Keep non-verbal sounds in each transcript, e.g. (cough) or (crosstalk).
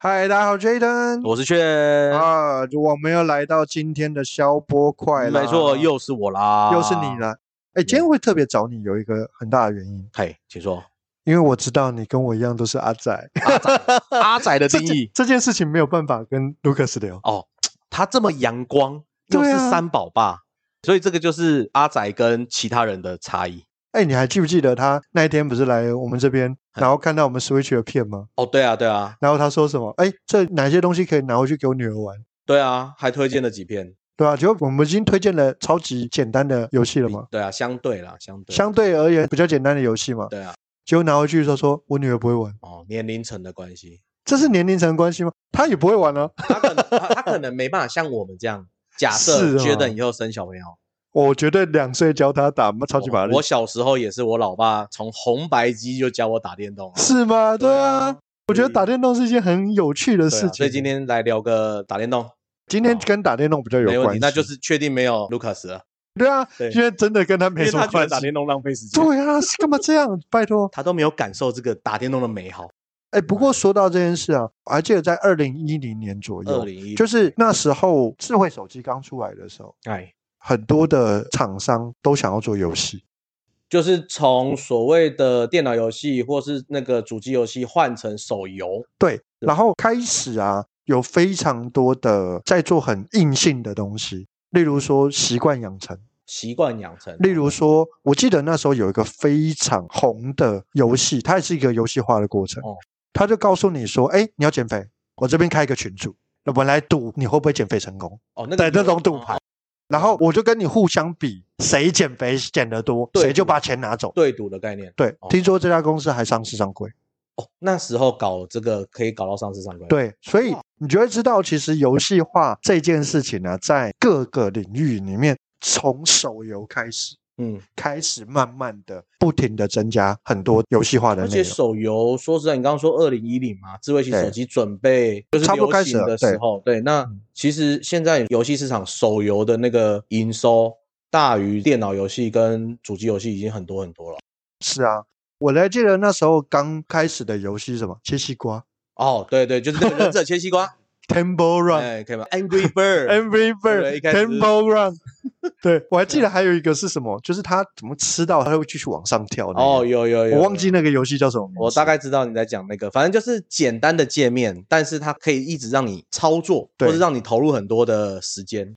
嗨，大家好，Jaden 我是雀，啊，就我们又来到今天的消波快啦，啊没错，又啊是我啦，又是你。了。哎，今天会特别找你有一个很大的原因，嘿，请说。因为我知道你跟我一样都是阿仔，阿仔 (laughs) 的这定件义这件事情没有办法跟 Lucas 聊。哦，他这么阳光，又对是啊三宝爸，所以这个就是阿仔跟其他人的差异。哎，你还记不记得他那一天不是来我们这边，哎然后看到我们 Switch 的片吗？哦，对啊，对啊，然后他说什么？哎，这哪些东西可以拿回去给我女儿玩？对啊，还推荐了几片。对吧、啊？结果我们已经推荐了超级简单的游戏了嘛，对啊，相对啦，相对相对而言比较简单的游戏嘛。对啊，结果拿回去的时候说，我女儿不会玩，哦，年龄层的关系，这是年龄层关系吗？她也不会玩 (laughs) 啊。他可能他他可能没办法像我们这样。假是设哦觉得以后生小朋友，哦我绝对两岁教她打超级玛丽我，我小时候也是，我老爸从红白机就教我打电动啊。是吗？对啊，我觉得所以打电动是一件很有趣的对事啊情。所以今天来聊个打电动，今天跟打电动比较有没问关题系，，那就是确定没有 Lucas 了，对啊，对因为真的跟他因没为什么他觉得关打系。电动浪费时间，对啊，是干嘛这样？拜托，他都没有感受这个打电动的美好。哎，不过说到这件事啊，我还记得在二零一零年左二右，零一就是那时候智慧手机刚出来的时候，哎，很多的厂商都想要做游戏，就是从所谓的电脑游戏或是那个主机游戏换成手游，对，然后开始啊，有非常多的在做很硬性的东西，例如说习惯养成，习惯养成。例如说，我记得那时候有一个非常红的游戏，它也是一个游戏化的过程，哦它就告诉你说，哎，你要减肥，我这边开一个群组，我们来赌你会不会减肥成功哦，那的个那种赌牌，然后我就跟你互相比，谁减肥减得多，对谁就赌把钱拿走。对赌的概念。对，哦听说这家公司还上市上柜。哦，那时候搞这个可以搞到上市上柜。，对，所哦以你就会知道，其实游戏化这件事情呢、在各个领域里面，从手游开始，嗯，开始慢慢的、不停的增加很多游戏化的而内且容。手游，说实在，你刚刚说二零一零嘛，智慧型对手机准备就是差不多流开始行了的对时候，对，那嗯其实现在游戏市场手游的那个营收大于电脑游戏跟主机游戏已经很多很多了。是啊，我还记得那时候刚开始的游戏是什么切西瓜、哦，对对，就是那个忍者切 (laughs) 西瓜， Temple Run、哎，可以吗？Angry Bird， Every 对一 Bird、开始啊 Temple Run。对， (laughs) 我还记得还有一个是什么，就是他怎么吃到他会继续往上跳那哦，个，有有有，我忘记有。那个游戏叫什么名字。我大概知道你在讲那个，反正就是简单的界面，但是它可以一直让你操作，对或是让你投入很多的时间。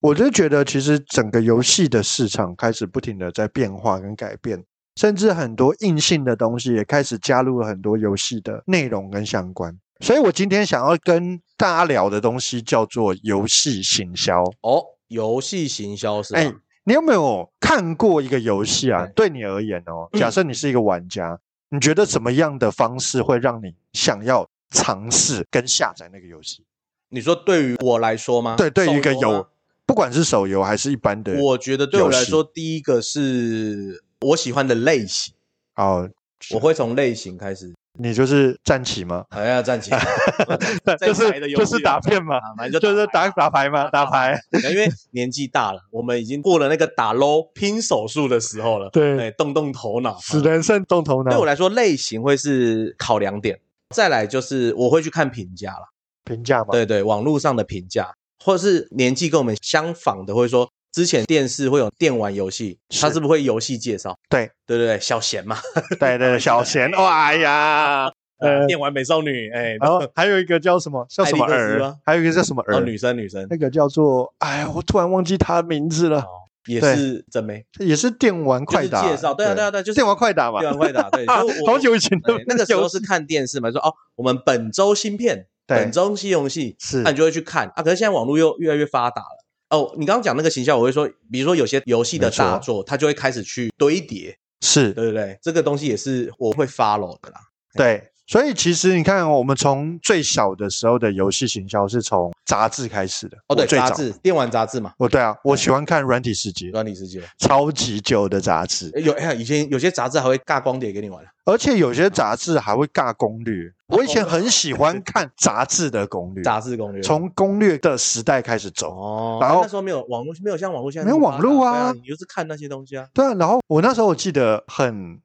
我就觉得，其实整个游戏的市场开始不停的在变化跟改变，甚至很多硬性的东西也开始加入了很多游戏的内容跟相关。所以我今天想要跟大家聊的东西叫做游戏行销。哦，游戏行销是吧？哎，你有没有看过一个游戏啊？对对你而言哦，假设你是一个玩家，你觉得什么样的方式会让你想要尝试跟下载那个游戏？你说对于我来说吗？对，对于一个手游有吗，，不管是手游还是一般的，我觉得对我游来戏说，第一个是我喜欢的类型，哦，我会从类型开始。你就是战旗吗？哎呀，站起 (laughs) 来，在就牌是的游就戏是啊打片嘛，啊，反正就就是牌啊打打牌嘛，打牌。因为年纪大了，我们已经过了那个打 low 拼手速的时候了。对哎动动头脑。死人胜动头对脑我。来说，类型会是考量点。再来就是我会去看评价啦，评价嘛，对对，网络上的评价，或是年纪跟我们相仿的，会说之前电视会有电玩游戏，它是是不是会游戏介绍？对对对对，小贤嘛， (laughs) 对对，小贤，啊哇哎呀， (laughs) 呃，哦电玩美少女，哎，然后还有一个叫什么，叫什么艾利克斯儿吗，还有一个叫什么然后儿，女生女生呃那个叫做，哎呀，我突然忘记他名字了，也对是真没也是电玩快打就是介绍对啊对啊对啊就是电玩快打嘛，电玩快 (laughs) 打，对，啊所以，我好久以前的对，那个时候游是戏看电视嘛，说哦，我们本周新片，对本周新游戏，是那你就会去看啊。可是现在网络又越来越发达了。哦，你刚刚讲那个形象，我会说，比如说有些游戏的没错大作，它就会开始去堆叠，是对不对？这个东西也是我会 follow 的啦。对，所以其实你看哦，我们从最小的时候的游戏行销是从杂志开始的，哦，对，我最杂早，志，电玩杂志嘛，我对啊，我喜欢看《软体世界》，《软体世界》超级旧的杂志，诶有，哎，以前有些杂志还会尬光碟给你玩。而且有些杂志还会尬攻略。我以前攻很喜欢看杂志的攻略，哦杂志攻略从攻略的时代开始走。哦，然后那时候没有网络，没有像网络现在没有那么网络发达对啊啊，你就是看那些东西啊。对啊，然后我那时候我记得很，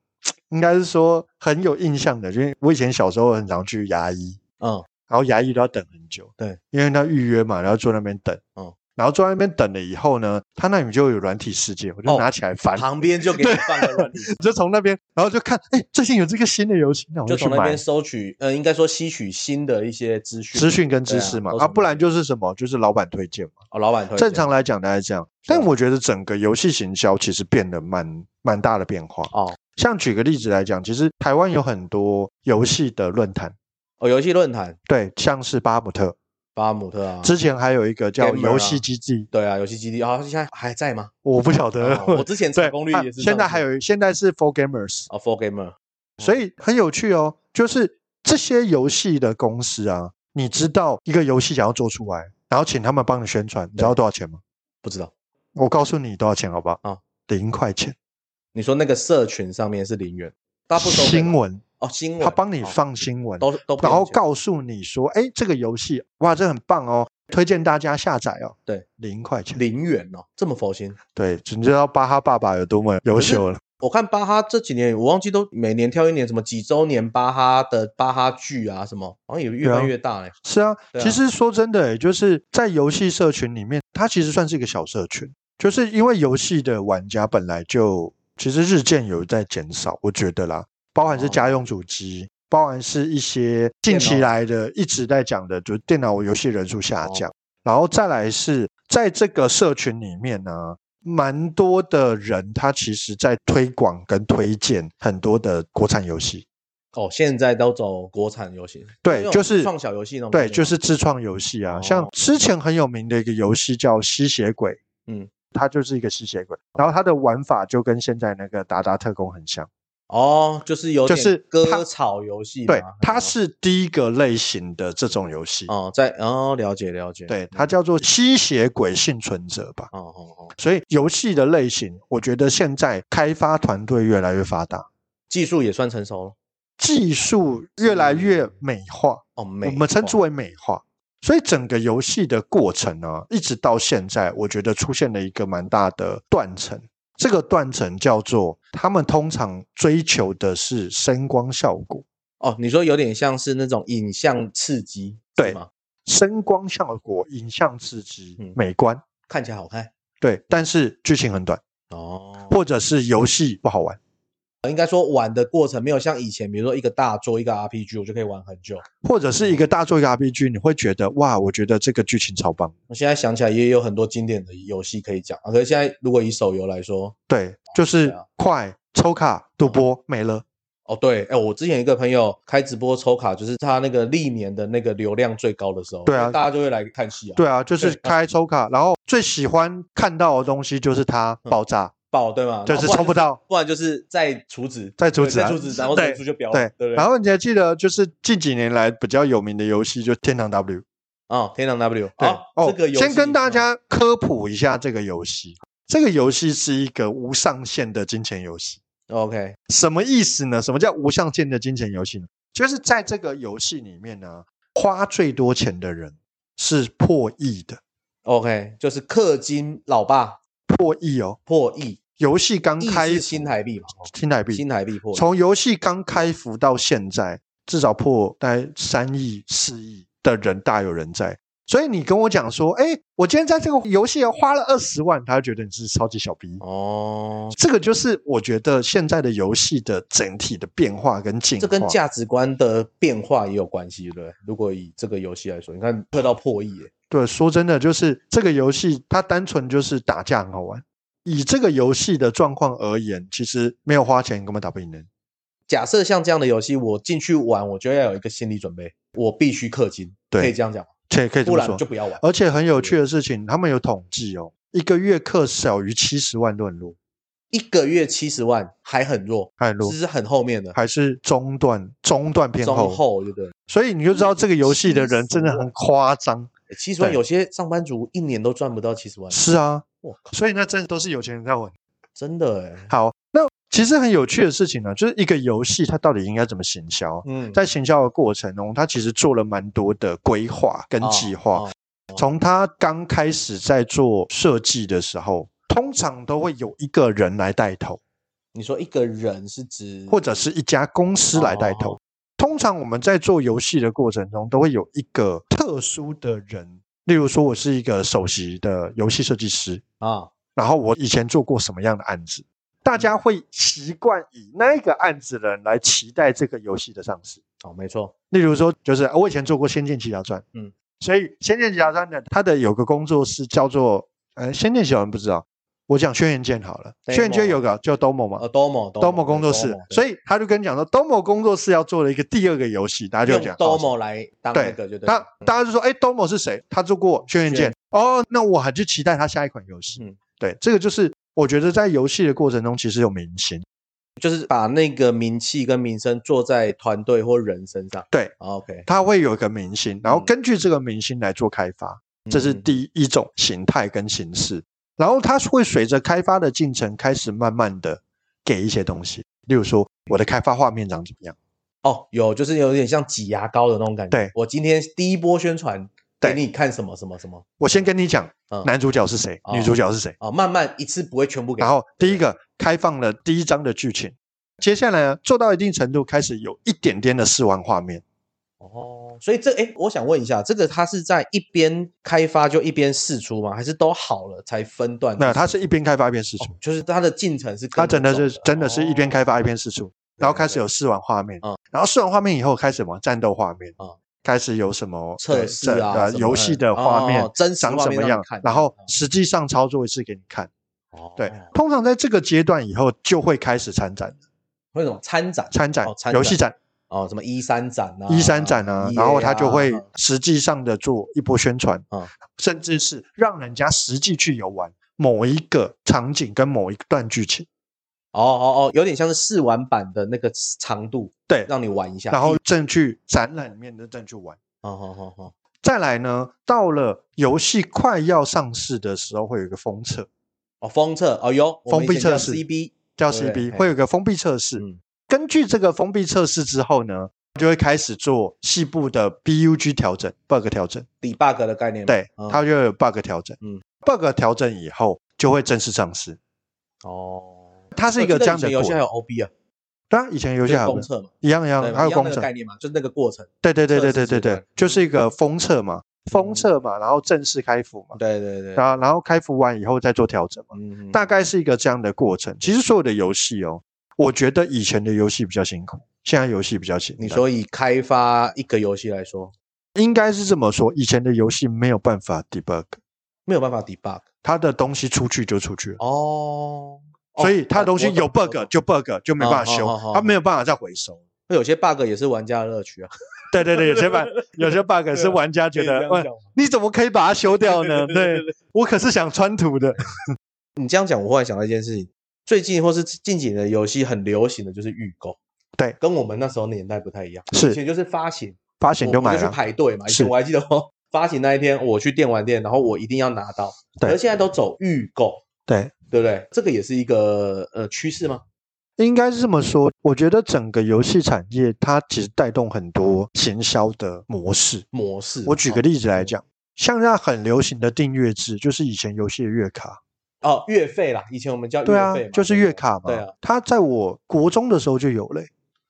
应该是说很有印象的，因为我以前小时候很常去牙医，嗯，然后牙医都要等很久，对，因为他预约嘛，然后坐那边等，哦然后坐在那边等了以后呢，他那里就有软体世界，我就哦拿起来翻，旁边就给你放个软体， (laughs) 就从那边，然后就看，哎，最近有这个新的游戏，那我就去从那买边。收取，呃，应该说吸取新的一些资讯，资讯跟对知识嘛，都啊，从不那然就是什么，就是老板推荐嘛。哦，老板推荐正常来讲大概这样，但是啊我觉得整个游戏行销其实变得蛮蛮大的变化。哦像举个例子来讲，其实台湾有很多游戏的论坛，哦，游戏论坛对，像是巴姆特，巴姆特啊，之前还有一个叫 Gamer 啊游戏基地，对啊，游戏基地啊，现在还在吗？我不晓得。哦我之前对成功率啊也是这样子，现在还有现在是 For Gamers，啊，Four Gamer 所以很有趣哦。就是这些游戏的公司啊，你知道一个游戏想要做出来，然后请他们帮你宣传，你知道多少钱吗？不知道。我告诉你多少钱，好不好？啊，零块钱。你说那个社群上面是零元，大部分都新闻，哦，新闻他帮你哦放新闻，都都不然用后钱告诉你说，哎，这个游戏哇，这很棒哦，推荐大家下载哦。对，零块钱。零元哦，这么佛心。对，你知道巴哈爸爸有多么优秀了？我看巴哈这几年，我忘记都每年挑一年什么几周年巴哈的巴哈剧啊，什么好像也越对啊办越大嘞、是啊，对啊其实说真的，也欸就是在游戏社群里面，它其实算是一个小社群，就是因为游戏的玩家本来就其实日渐有在减少，我觉得啦，包含是哦家用主机。包含是一些近期电脑来的一直在讲的，就是电脑游戏人数下哦降，然后再来是在这个社群里面呢，蛮多的人他其实在推广跟推荐很多的国产游戏，哦，现在都走国产游戏，对那种就是创小游戏那种对，吗就是自创游戏啊，像哦之前很有名的一个游戏叫《吸血鬼》，嗯，它就是一个吸血鬼，然后它的玩法就跟现在那个《达达特工》很像，哦，就是有就点是它割草游戏嘛，对，它嗯是第一个类型的这种游戏，哦，在哦，了解了解，对，嗯它叫做《吸血鬼幸存者》吧。哦哦哦，所以游戏的类型，我觉得现在开发团队越来越发达，技术也算成熟了技术越来越美化，哦，美我们称化之为美化。所以整个游戏的过程呢、一直到现在，我觉得出现了一个蛮大的断层。这个断层叫做他们通常追求的是声光效果，哦，你说有点像是那种影像刺激，对是吗？声光效果、影像刺激嗯、美观，看起来好看对，但是剧情很短，哦，或者是游戏不好玩，应该说玩的过程没有像以前，比如说一个大作一个 RPG，我就可以玩很久。或者是一个大作一个 RPG，你会觉得哇，我觉得这个剧情超棒。我现在想起来也有很多经典的游戏可以讲啊，可是现在如果以手游来说，对，就是对啊快抽卡、赌博没了。哦对，哎，我之前有一个朋友开直播抽卡，就是他那个历年的那个流量最高的时候，对啊大家就会来看戏啊，对啊，就是对开抽卡，然后最喜欢看到的东西就是它嗯爆炸，爆对吗？就是然后抽不然到。不然就是再储值，再储对值啊再储值，然后对人数就飙对了，对哦不对？然后你还记得，就是近几年来比较有名的游戏，就是《天堂 W》。啊，天堂 W，对，哦好，这个游戏先跟大嗯家科普一下这个游戏。这个游戏是一个无上限的金钱游戏。 OK，什么意思呢？什么叫无上限的金钱游戏呢？就是在这个游戏里面呢，花最多钱的人是破亿的， OK，就是氪金老爸破亿哦。破亿，游戏刚亿开是服新台币嘛，哦新台币，新台币破亿，从游戏刚开服到现在，至少破大概三亿、四亿的人大有人在。所以你跟我讲说，哎，我今天在这个游戏花了二十万，他就觉得你是超级小逼。哦，这个就是我觉得现在的游戏的整体的变化跟进化，这跟价值观的变化也有关系，对不对？如果以这个游戏来说，你看氪到破亿耶，对，说真的，就是这个游戏它单纯就是打架很好玩。以这个游戏的状况而言，其实没有花钱根本打不赢人。假设像这样的游戏，我进去玩，我就要有一个心理准备，我必须氪金，对可以这样讲吗，这可以这不么然说，就不要玩。而且很有趣的事情，他们有统计哦，一个月课少于七十万段落，一个月七十万还很弱，还落这是很后面的，还是中段，中段偏中后，后对不对？所以你就知道这个游戏的人真的很夸张。七十万对有些上班族一年都赚不到七十万，是啊我靠，所以那真的都是有钱人在玩。真的哎，好，那其实很有趣的事情呢，就是一个游戏它到底应该怎么行销，啊嗯，在行销的过程中，它其实做了蛮多的规划跟哦计划。哦从他刚开始在做设计的时候，通常都会有一个人来带头。你说一个人是指或者是一家公司来带头。通常我们在做游戏的过程中，都会有一个特殊的人，例如说我是一个首席的游戏设计师，啊，然后我以前做过什么样的案子，大家会习惯以那个案子的人来期待这个游戏的上市。哦，没错，例如说，就是呃我以前做过《仙剑奇侠传》，嗯，所以《仙剑奇侠传》呢，它的有个工作室叫做呃，《仙剑奇侠传》不知道，我讲《轩辕剑》好了，《 Domo 轩辕剑》有个叫 Domo 嘛呃，Domo ，Domo 工作室，所以以他就跟你讲说，Domo 工作室要做了一个第二个游戏，大家就用讲哦 Domo 来当那对个就对他了，嗯大家就说，哎，Domo 是谁？他做过《轩辕剑》哦，那我还去期待他下一款游戏。嗯对，这个就是我觉得在游戏的过程中，其实有明星。就是把那个名气跟名声做在团队或人身上。对哦，OK，它会有一个明星，然后嗯根据这个明星来做开发，这是嗯第一种形态跟形式。然后它会随着开发的进程开始慢慢的给一些东西，例如说我的开发画面长怎么样，哦，有就是有点像挤牙膏的那种感觉。对我今天第一波宣传对给你看什么什么什么我先跟你讲嗯男主角是谁，哦女主角是谁，啊、哦，慢慢一次不会全部给。然后第一个开放了第一章的剧情，接下来呢做到一定程度开始有一点点的试玩画面，哦，所以这哎，我想问一下，这个它是在一边开发就一边试出吗？还是都好了才分段？那它是一边开发一边试出哦，就是它的进程是跟它真的着走是真的是一边哦开发一边试出，然后开始有试玩画面嗯，然后试玩画面以后开始什么战斗画面嗯，开始有什么测呃试这啊呃什么游戏的画哦哦面哦真实长画什面么让你样看，然后嗯实际上操作一次给你看。哦对，通常在这个阶段以后就会开始参展，会有那种参展参展哦参游戏展展、哦，什么一三展啊，一三展啊， EA 然后他就会啊实际上的做一波宣传嗯，甚至是让人家实际去游玩某一个场景跟某一段剧情。哦哦哦，有点像是试玩版的那个长度，对让你玩一下。然后正去展览里面的正去玩。哦，好好好，再来呢，到了游戏快要上市的时候，会有一个封测，哦，封测哦，有封闭测试 CB 叫对 CB，嘿会有一个封闭测试。嗯根据这个封闭测试之后呢，就会开始做细部的 BUG 调整、bug 调整， debug 的概念嘛，对，嗯它就有 bug 调整。嗯，bug 调整以后就会正式上市。哦，它是一个这样的游过戏程。还有 OB 啊，当然，以前游游戏还有封测嘛，一样一样对，嘛，还有一样工那个程，概念嘛，就是那个过程。对对对对对测试对阶对段，就是一个封测嘛，封测嘛，然后正式开服嘛，对对嗯对，然后然后开服完以后再做调整嘛。嗯，大概是一个这样的过程。其实所有的游戏哦，我觉得以前的游戏比较辛苦，现在游戏比较简单。你说以开发一个游戏来说，应该是这么说，以前的游戏没有办法 debug，没有办法 debug 它的东西出去就出去了。哦，所以它的东西哦我懂有 bug 我懂就 bug 就没办法修哦哦哦哦，它没有办法再回收。那有些 bug 也是玩家的乐趣啊，对对对，有些 bug 有些 (laughs) bug 是玩家 (laughs) 觉可以得，嗯这样喂，讲吗你怎么可以把它修掉呢？ (laughs) 对我可是想穿图的。你这样讲，我忽然想到一件事情，最近或是近几年的游戏很流行的就是预购，对跟我们那时候年代不太一样，以 (laughs) 是前就是发行，发行我就买我就了去，排队嘛，以是前我还记得哦，发行那一天我去电玩店，然后我一定要拿到，对而现在都走预购，对，对不对？这个也是一个呃趋势吗？应该是这么说。我觉得整个游戏产业它其实带动很多行销的模式。模式？我举个例子来讲，像那很流行的订阅制，就是以前游戏的月卡，哦，月费啦，以前我们叫月对啊费嘛，，就是对不月对卡嘛。对啊，它在我国中的时候就有嘞、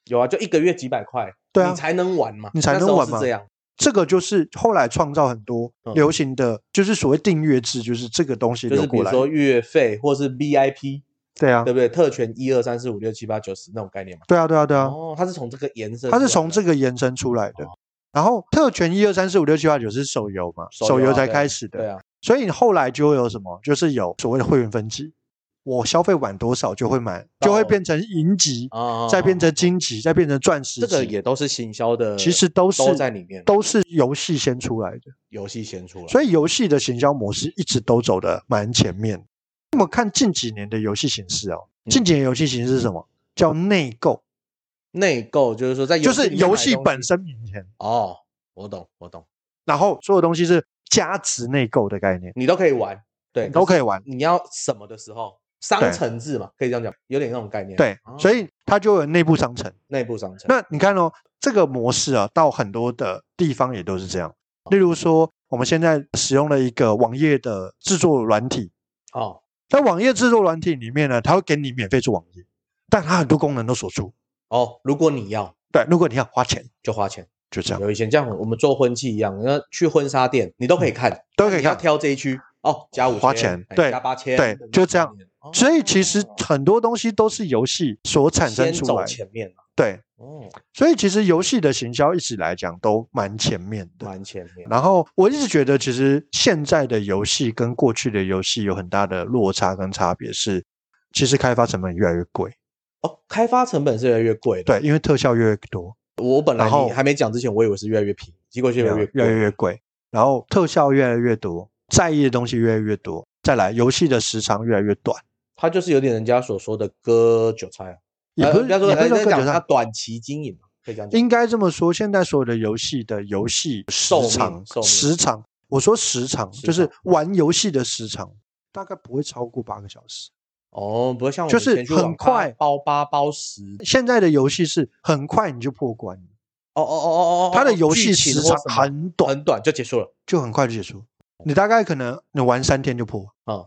有啊，就一个月几百块，对啊你才能玩嘛，你才那时能候玩是嘛这样，这个就是后来创造很多嗯流行的，就是所谓订阅制，就是这个东西就流是比过如来。说月费或是 VIP，对啊对，不对？特权一二三四五六七八九十那种概念嘛。对啊，对啊，对啊，哦，它是从这个延伸出来它的，是从这个延伸出来的。然后特权一二三四五六七八九是手游嘛，手游啊手游才对啊开始的。对啊，所以你后来就会有什么，就是有所谓的会员分级，我消费满多少就会买，就会到变成银级，啊，再变成金级，再变成钻石级，这个也都是行销的，其实都是都在里面，都是游戏先出来的，游戏先出来，所以游戏的行销模式一直都走的蛮前面。那么看近几年的游戏形式哦，嗯近几年游戏形式是什么？叫内购，内购就是说在就是里面游买戏东本西身赢钱，哦，我懂我懂，然后所有东西是价值内购的概念，你都可以玩，对，都以，可以玩。你要什么的时候，商对城制嘛，可以这样讲，有点那种概念，对，哦所以它就有内部商城。内部商城，那你看哦，这个模式啊，到很多的地方也都是这样。例如说，我们现在使用了一个网页的制作软体，哦，在网页制作软体里面呢，它会给你免费做网页，但它很多功能都锁住。哦，如果你要，对，如果你要花钱，就花钱。就这样，有以前这样，我们做婚庆一样，那去婚纱店你都可以看，嗯都可以你要看。挑这一区哦，加五花钱哎对加八千，对就这样哦。所以其实很多东西都是游戏所产生先出走来，前面了，对。哦，所以其实游戏的行销一直来讲都蛮前面的。蛮前面。然后我一直觉得，其实现在的游戏跟过去的游戏有很大的落差跟差别是，其实开发成本越来越贵，哦，开发成本是越来越贵的。对，因为特效越来越多，我本来然后你还没讲之前，我以为是越来越平，结果是越来越越来贵。越贵，然后特效越来越多，在意的东西越来越多，再来游戏的时长越来越短，它就是有点人家所说的割韭菜啊，也呃不是，不要说也不呃是说在更讲久它上，短期经营嘛，可以这样讲。应该这么说，现在所有的游戏的游戏时寿命长寿命时长，我说时长时就是长玩游戏的时长，大概不会超过八个小时。哦，不像我就们是以前去网很咖快包八包十。现在的游戏是很快你就破关了，哦哦哦哦哦哦，它的哦游戏剧情时或长什么很短，很短就结束了就很快就结束。你大概可能你玩三天就破，啊。啊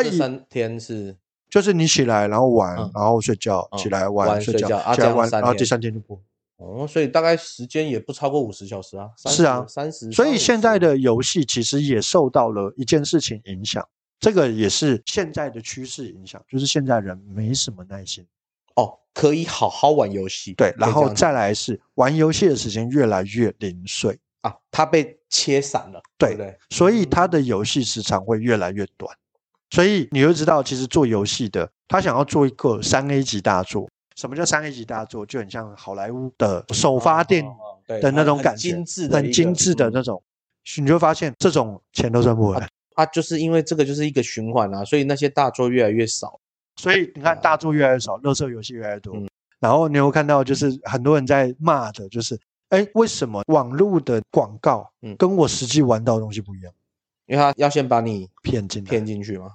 啊，这以三天是就是你起来然后玩，嗯然后睡觉，嗯起来玩睡睡觉，觉啊起这来样玩，三然后天第三天就破。哦，所以大概时间也不超过五十小时啊。30是啊三十。所以现在30的游戏其实也受到了一件事情影响，这个也是现在的趋势影响，就是现在人没什么耐心。哦，可以好好玩游戏。对，可以然这后样再讲来是玩游戏的时间越来越零碎，啊，它被切散了，对对不对？所以它的游戏时长会越来越短。所以你就知道，其实做游戏的他想要做一个三 A 级大作。什么叫三 A 级大作？就很像好莱坞的首发电影哦对的那很种很感觉，精致的一很个精致的嗯那种。你就会发现，这种钱都赚不回来。啊，就是因为这个就是一个循环啊，所以那些大作越来越少。所以你看，啊大作越来越少，乐色游戏越来越多。嗯然后你有看到，就是很多人在骂的，就是哎，为什么网络的广告嗯跟我实际玩到的东西不一样？因为他要先把你骗进来骗进去嘛，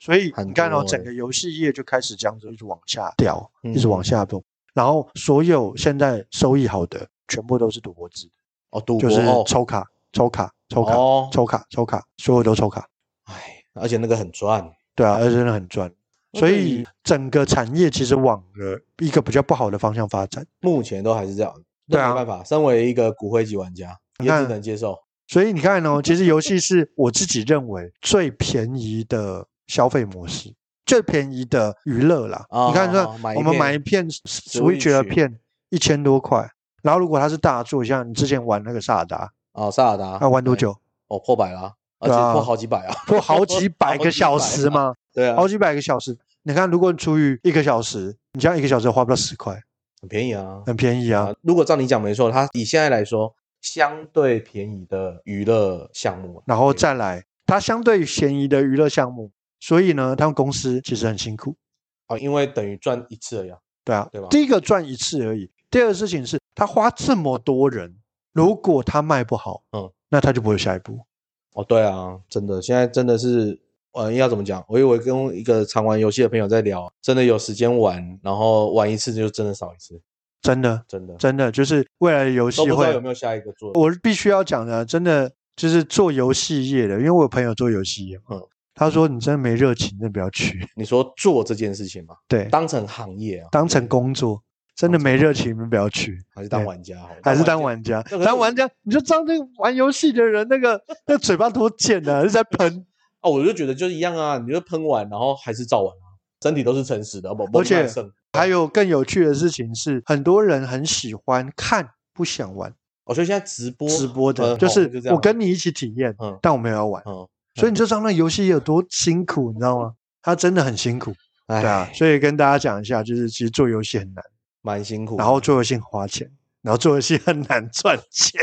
所以很你看到、哦多整欸个游戏业就开始这样子一直往下掉，啊一直嗯往下动。然后所有现在收益好的，全部都是赌博制，哦，赌博就是哦，抽卡、抽卡、抽卡、哦，抽卡、抽卡，所有都抽卡。哎，而且那个很赚，对啊，而且真的很赚。那所对以于整个产业其实往了一个比较不好的方向发展。目前都还是这样，对那啊没办法，身为一个骨灰级玩家，你也只看能接受。所以你看哦，其实游戏是我自己认为最便宜的消费模式，最便宜的娱乐啦。啊你看这好好买一我们片买一片 Switch 的片一千多块，然后如果它是大作，像你之前玩那个萨达，哦，萨尔达那玩多对？久？哦，破百啦，而对且啊破好几 (laughs) 百啊，不好几百 (laughs) 好个几小百时吧？嘛，对啊好，几百个小时。你看，如果你除以一个小时，你这样一个小时花不到十块，很便宜啊。很便宜啊啊。，如果照你讲没错，它以现在来说，相对便宜的娱乐项目，啊然后再来，它相对便宜的娱乐项目，所以呢，他们公司其实很辛苦。哦，因为等于赚一次而已啊。对啊，对吧第一个赚一次而已。第二个事情是，他花这么多人，如果他卖不好，嗯，那他就不会有下一步。哦，对啊，真的，现在真的是，呃，要怎么讲？我以为跟一个常玩游戏的朋友在聊，真的有时间玩，然后玩一次就真的少一次，真的，真的真的就是未来的游戏都不知道有会，没有下一个做。我必须要讲的，真的就是做游戏业的，因为我有朋友做游戏业，嗯嗯，他说你真的没热情，真的不要 (laughs) 去，你说做这件事情嘛，对，当成行业啊，当成工作，真的没热情，你不要去。还是当对玩家好了？还是当家玩家，那可是当我玩家你就知道那个玩游戏的人那个那嘴巴多贱啊，是 (laughs) 在喷，哦，我就觉得就是一样啊，你就喷完，然后还是照玩啊，身体都是诚实的，不，不而且卖肾还有更有趣的事情是，很多人很喜欢看，不想玩我觉得现在直播直播的，很就红是哦这样啊我跟你一起体验，嗯但我没有要玩，嗯，所以你就知道那游戏有多辛苦，你知道吗？它真的很辛苦，哎，对啊，所以跟大家讲一下，就是其实做游戏很难，蛮辛苦的。然后做游戏很花钱，然后做游戏很难赚钱，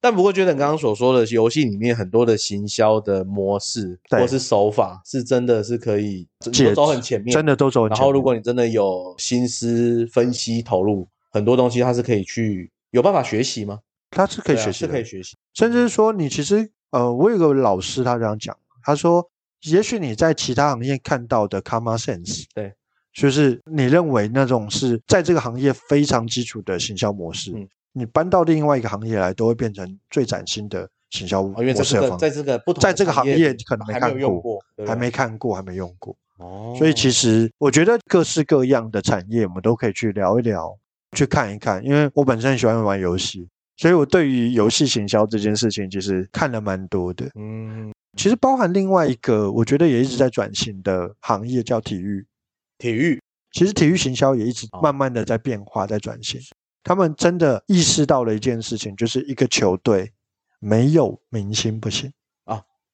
但不过觉得你刚刚所说的游戏里面很多的行销的模式对或是手法，是真的是可以真解都走很前面，真。的都走很然前面。后如果你真的有心思分析投入，很多东西它是可以去有办法学习吗？它是可以对啊学习是的，可以学习。甚至说你其实呃，我有个老师他这样讲，他说，也许你在其他行业看到的 common sense，对，就是你认为那种是在这个行业非常基础的行销模式，嗯你搬到另外一个行业来，都会变成最崭新的行销哦，因为在模式这的个方在式。这个不同的在这个行业可能没还没看有用过过，对不还对没看过，还没用过，哦，所以其实我觉得各式各样的产业，我们都可以去聊一聊。去看一看，因为我本身很喜欢玩游戏，所以我对于游戏行销这件事情其实看了蛮多的。嗯，其实包含另外一个，我觉得也一直在转型的行业叫体育。体育其实体育行销也一直哦慢慢的在变化，在转型。他们真的意识到了一件事情，就是一个球队没有明星不行，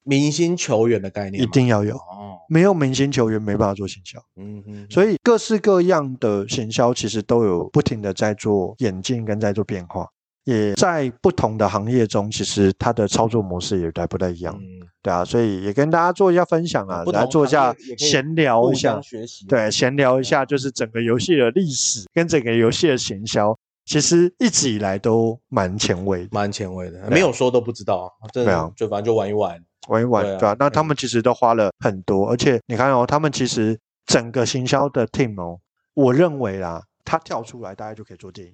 明星球员的概念一嘛定要有。哦，没有明星球员没办法做行销，嗯嗯，所以以各式各样的行销其实都有不停的在做演进跟在做变化，也在不同的行业中，其实它的操作模式也在不太一样，嗯，对啊，所以也跟大家做一下分享啊，不来同做一下行业也可以闲聊互一下相，学习，对，闲聊一下，就是整个游戏的历史跟整个游戏的行销，其实一直以来都蛮前卫的。蛮前卫的，啊没有说都不知道，真对的啊就反正就玩一玩，玩一玩，对啊对吧、那他嗯们其实都花了很多，而且你看哦，他们其实整个行销的 team 哦，我认为啦，他跳出来大概就可以做电影，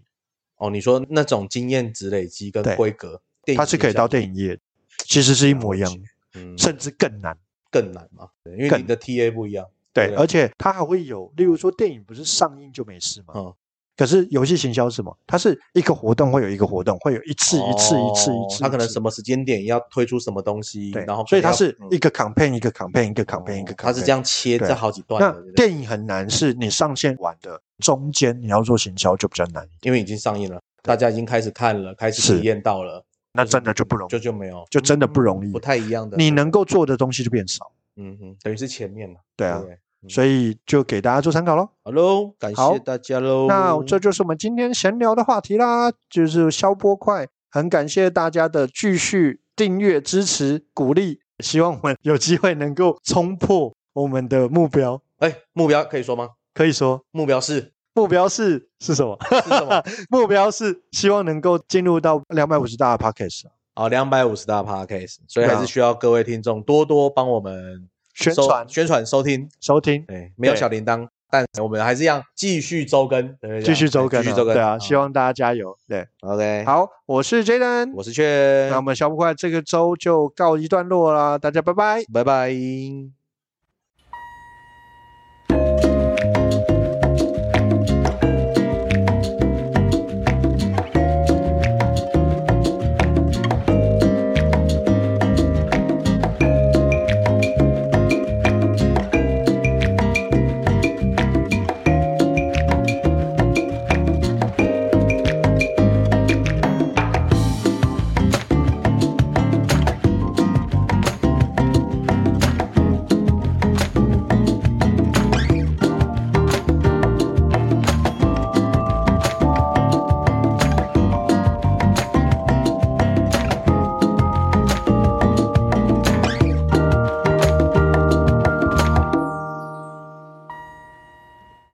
哦，你说那种经验值累积跟对规格，电他影是可以形象到电影业，其实是一模一样的，嗯，甚至更难。更难嘛，对因为更你的 TA 不一样，对，对啊而且它还会有，例如说电影不是上映就没事嘛，嗯可是游戏行销是什么？它是一个活动会有一个活动，会有一次一次一次哦一次，他可能么。什么时间点要推出什么东西，对，然后所以它可能要是嗯哦一个 campaign 一个 campaign 一个 campaign 一个 campaign，它是这。样切对这好几段那的，对不对电影很难，是你上线玩的中间你要做行销就比较难，因为已经上映了，大家已经开始看了，开始是体验到了，那真的就不容易就，就没有，嗯就真的不容易不太一样的。你能够做的东西就变少。嗯嗯，等于是前面嘛，对啊不，对？嗯所以就给大家做参考喽。好喽，感好谢大家喽。那这就是我们今天闲聊的话题啦，就是消波快。很感谢大家的继续订阅、支持、鼓励，希望我们有机会能够冲破我们的目标。哎，目标可以说吗？可以说，目标是目标是是什么？是什么？ (laughs) 目标是希望能够进入到两百五十大的 podcast 好，哦两百五十大 podcast，所以对啊还是需要各位听众多多帮我们宣收传、宣传、收听。收听，对，没有对小铃铛，但我们还是一样继续周更，对不对继续周更啊，继续周更。对啊，希望大家加油。对， OK。，好，我是 Jaden，我是雀那我，们小不快这个周就告一段落啦，大家拜拜。拜拜。